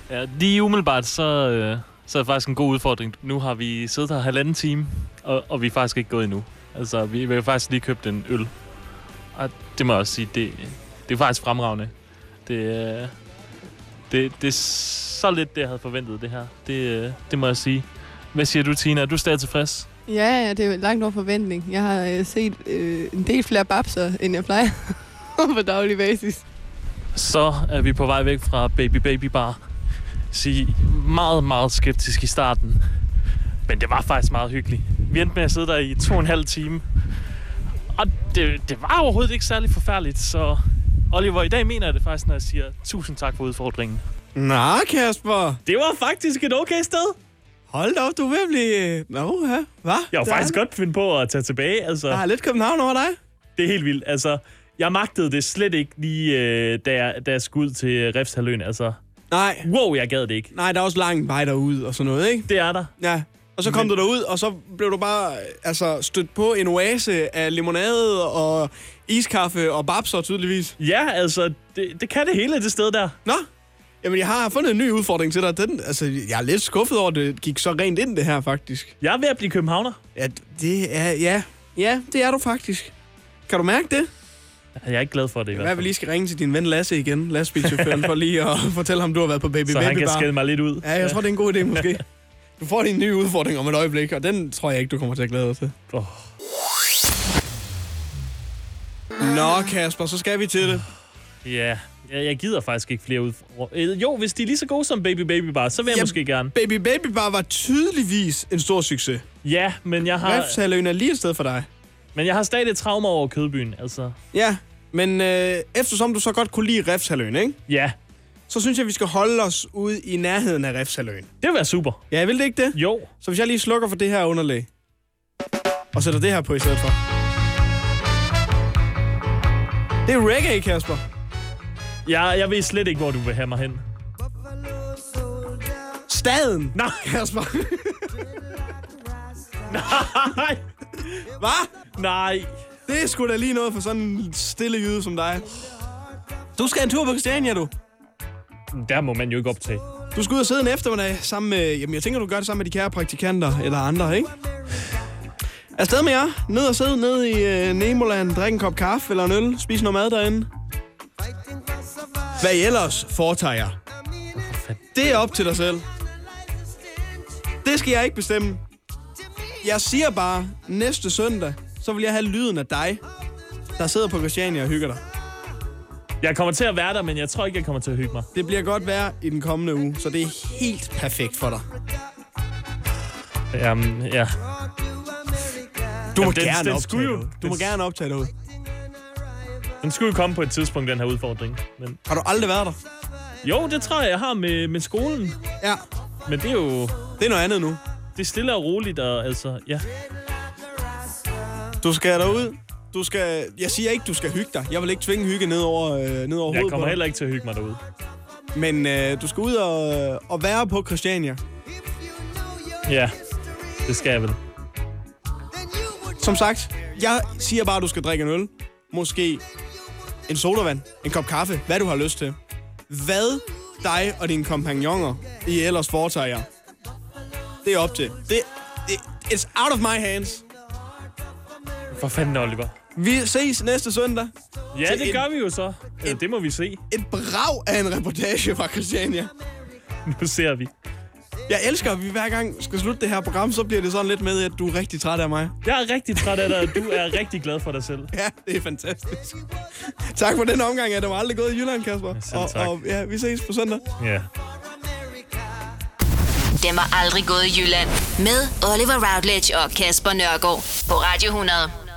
S3: Ja, lige umiddelbart, så, øh, så er det faktisk en god udfordring. Nu har vi siddet her halvanden time, og, og vi er faktisk ikke gået endnu. Altså, vi vi har faktisk lige købt en øl. Og det må jeg også sige, det, Det er faktisk fremragende. Det, øh, det, det er så lidt, det jeg havde forventet, det her. Det, øh, det må jeg sige. Hvad siger du, Tina? Er du stadig tilfreds?
S12: Ja, ja, det er jo langt over forventning. Jeg har øh, set øh, en del flere babser, end jeg plejer på daglig basis.
S3: Så er vi på vej væk fra Baby Baby Bar. Sige meget, meget skeptisk i starten. Men det var faktisk meget hyggeligt. Vi endte med at sidde der i to og en halv time. Og det, det var overhovedet ikke særlig forfærdeligt, så... Oliver, i dag mener jeg det faktisk, når jeg siger tusind tak for udfordringen.
S2: Nå, Kasper.
S3: Det var faktisk et okay sted.
S2: Hold da op, du er ved at blive... øh, Nå, ja. Hvad?
S3: Jeg var faktisk godt finde på at tage tilbage, altså.
S2: Der er lidt København over dig.
S3: Det er helt vildt, altså. Jeg magtede det slet ikke lige, øh, da, jeg, da jeg skulle ud til Refshaløen, altså.
S2: Nej.
S3: Wow, jeg gad det ikke.
S2: Nej, der er også lang vej derud og sådan noget, ikke?
S3: Det er der.
S2: Ja. Og så kom Men... du derud, og så blev du bare altså, stødt på en oase af limonade og iskaffe og babser, tydeligvis.
S3: Ja, altså, det, det kan det hele, det sted der.
S2: Nå, Jamen, jeg har fundet en ny udfordring til dig. Den, altså, jeg er lidt skuffet over, at det gik så rent ind, det her, faktisk.
S3: Jeg er ved at blive københavner.
S2: Ja, det er... Ja, ja det er du faktisk. Kan du mærke det?
S3: Jeg er ikke glad for det, i hvert
S2: fald. vi lige skal ringe til din ven Lasse igen, lastbilchaufføren, for lige at fortælle ham, du har været på Baby
S3: Så
S2: Baby
S3: han kan
S2: Bar.
S3: skælde mig lidt ud.
S2: Ja, jeg tror, det er en god idé, måske. Du får din nye udfordring om et øjeblik, og den tror jeg ikke, du kommer til at glæde dig til.
S3: Oh.
S2: Nå, Kasper, så skal vi til det.
S3: Ja, jeg, jeg gider faktisk ikke flere udfordringer. Jo, hvis de er lige så gode som Baby Baby Bar, så vil jeg
S2: Ja,
S3: måske gerne.
S2: Baby Baby Bar var tydeligvis en stor succes.
S3: Ja, men jeg har...
S2: Refshaløen er lige et sted for dig.
S3: Men jeg har stadig et trauma over kødbyen, altså.
S2: Ja, men øh, eftersom du så godt kunne lide Refshaløen, ikke?
S3: Ja,
S2: Så synes jeg, vi skal holde os ude i nærheden af Refshaløen.
S3: det vil være super.
S2: Ja, vil det ikke det?
S3: Jo.
S2: Så hvis jeg lige slukker for det her underlag, og sætter det her på i stedet for. Det er reggae, Kasper.
S3: Jeg, jeg ved slet ikke, hvor du vil have mig hen.
S2: Staden.
S3: Nej,
S2: Kasper.
S3: Nej.
S2: Hvad?
S3: Nej.
S2: Det er sgu da lige noget for sådan en stille jyde som dig. Du skal en tur på Christiania, du.
S3: Der må man jo ikke optage.
S2: Du skal ud og sidde en eftermiddag sammen med... Jamen, jeg tænker, du gør det sammen med de kære praktikanter eller andre, ikke? Afsted med jer. Ned og sidde ned i øh, Nemoland. Drik en kop kaffe eller en øl. Spis noget mad derinde. Hvad I ellers foretager jer. Det er op til dig selv. Det skal jeg ikke bestemme. Jeg siger bare, næste søndag, så vil jeg have lyden af dig, der sidder på Christiania og hygger dig.
S3: Jeg kommer til at være der, men jeg tror ikke, jeg kommer til at hygge mig.
S2: Det bliver godt vejr i den kommende uge, så det er helt perfekt for dig.
S3: Jamen, Øhm, ja.
S2: Du må
S3: Jamen,
S2: Jamen, gerne
S3: den, den
S2: optage
S3: skulle jo,
S2: noget. Du må
S3: den-
S2: gerne optage noget.
S3: Den skulle jo komme på et tidspunkt, den her udfordring. Men,
S2: Har du aldrig været der?
S3: jo, det tror jeg, jeg har med, med skolen.
S2: Ja.
S3: Men det er jo...
S2: Det er noget andet nu.
S3: Det er stille og roligt, og altså... Ja.
S2: Du skal derud. Du skal... Jeg siger ikke, du skal hygge dig. Jeg vil ikke tvinge hygge ned over, øh, ned over
S3: Jeg
S2: hovedet
S3: kommer
S2: på dig.
S3: heller ikke til at hygge mig derude.
S2: Men øh, du skal ud og, øh, og være på Christiania.
S3: Ja, det skal jeg vel.
S2: Som sagt, jeg siger bare, at du skal drikke en øl. Måske en sodavand, en kop kaffe, hvad du har lyst til. Hvad dig og dine kompagnoner I ellers foretager jer. Det er op til. Det, det, it's out of my hands.
S3: For fanden, Oliver.
S2: Vi ses næste søndag.
S3: Ja,
S2: Til
S3: det
S2: en-
S3: gør vi jo så. Ja, det må vi se.
S2: Et brag af en reportage fra Christiania.
S3: Nu ser vi.
S2: Jeg elsker, at vi hver gang skal slutte det her program, så bliver det sådan lidt med, at du er rigtig træt af mig.
S3: Jeg er rigtig træt af dig, og du er rigtig glad for dig selv.
S2: Ja, det er fantastisk. Tak for den omgang, at det var aldrig gået i Jylland, Kasper.
S3: selv tak.
S2: og, og ja, vi ses på søndag.
S3: Ja.
S1: Den var aldrig gået i Jylland. Med Oliver Routledge og Kasper Nørgaard på Radio 100.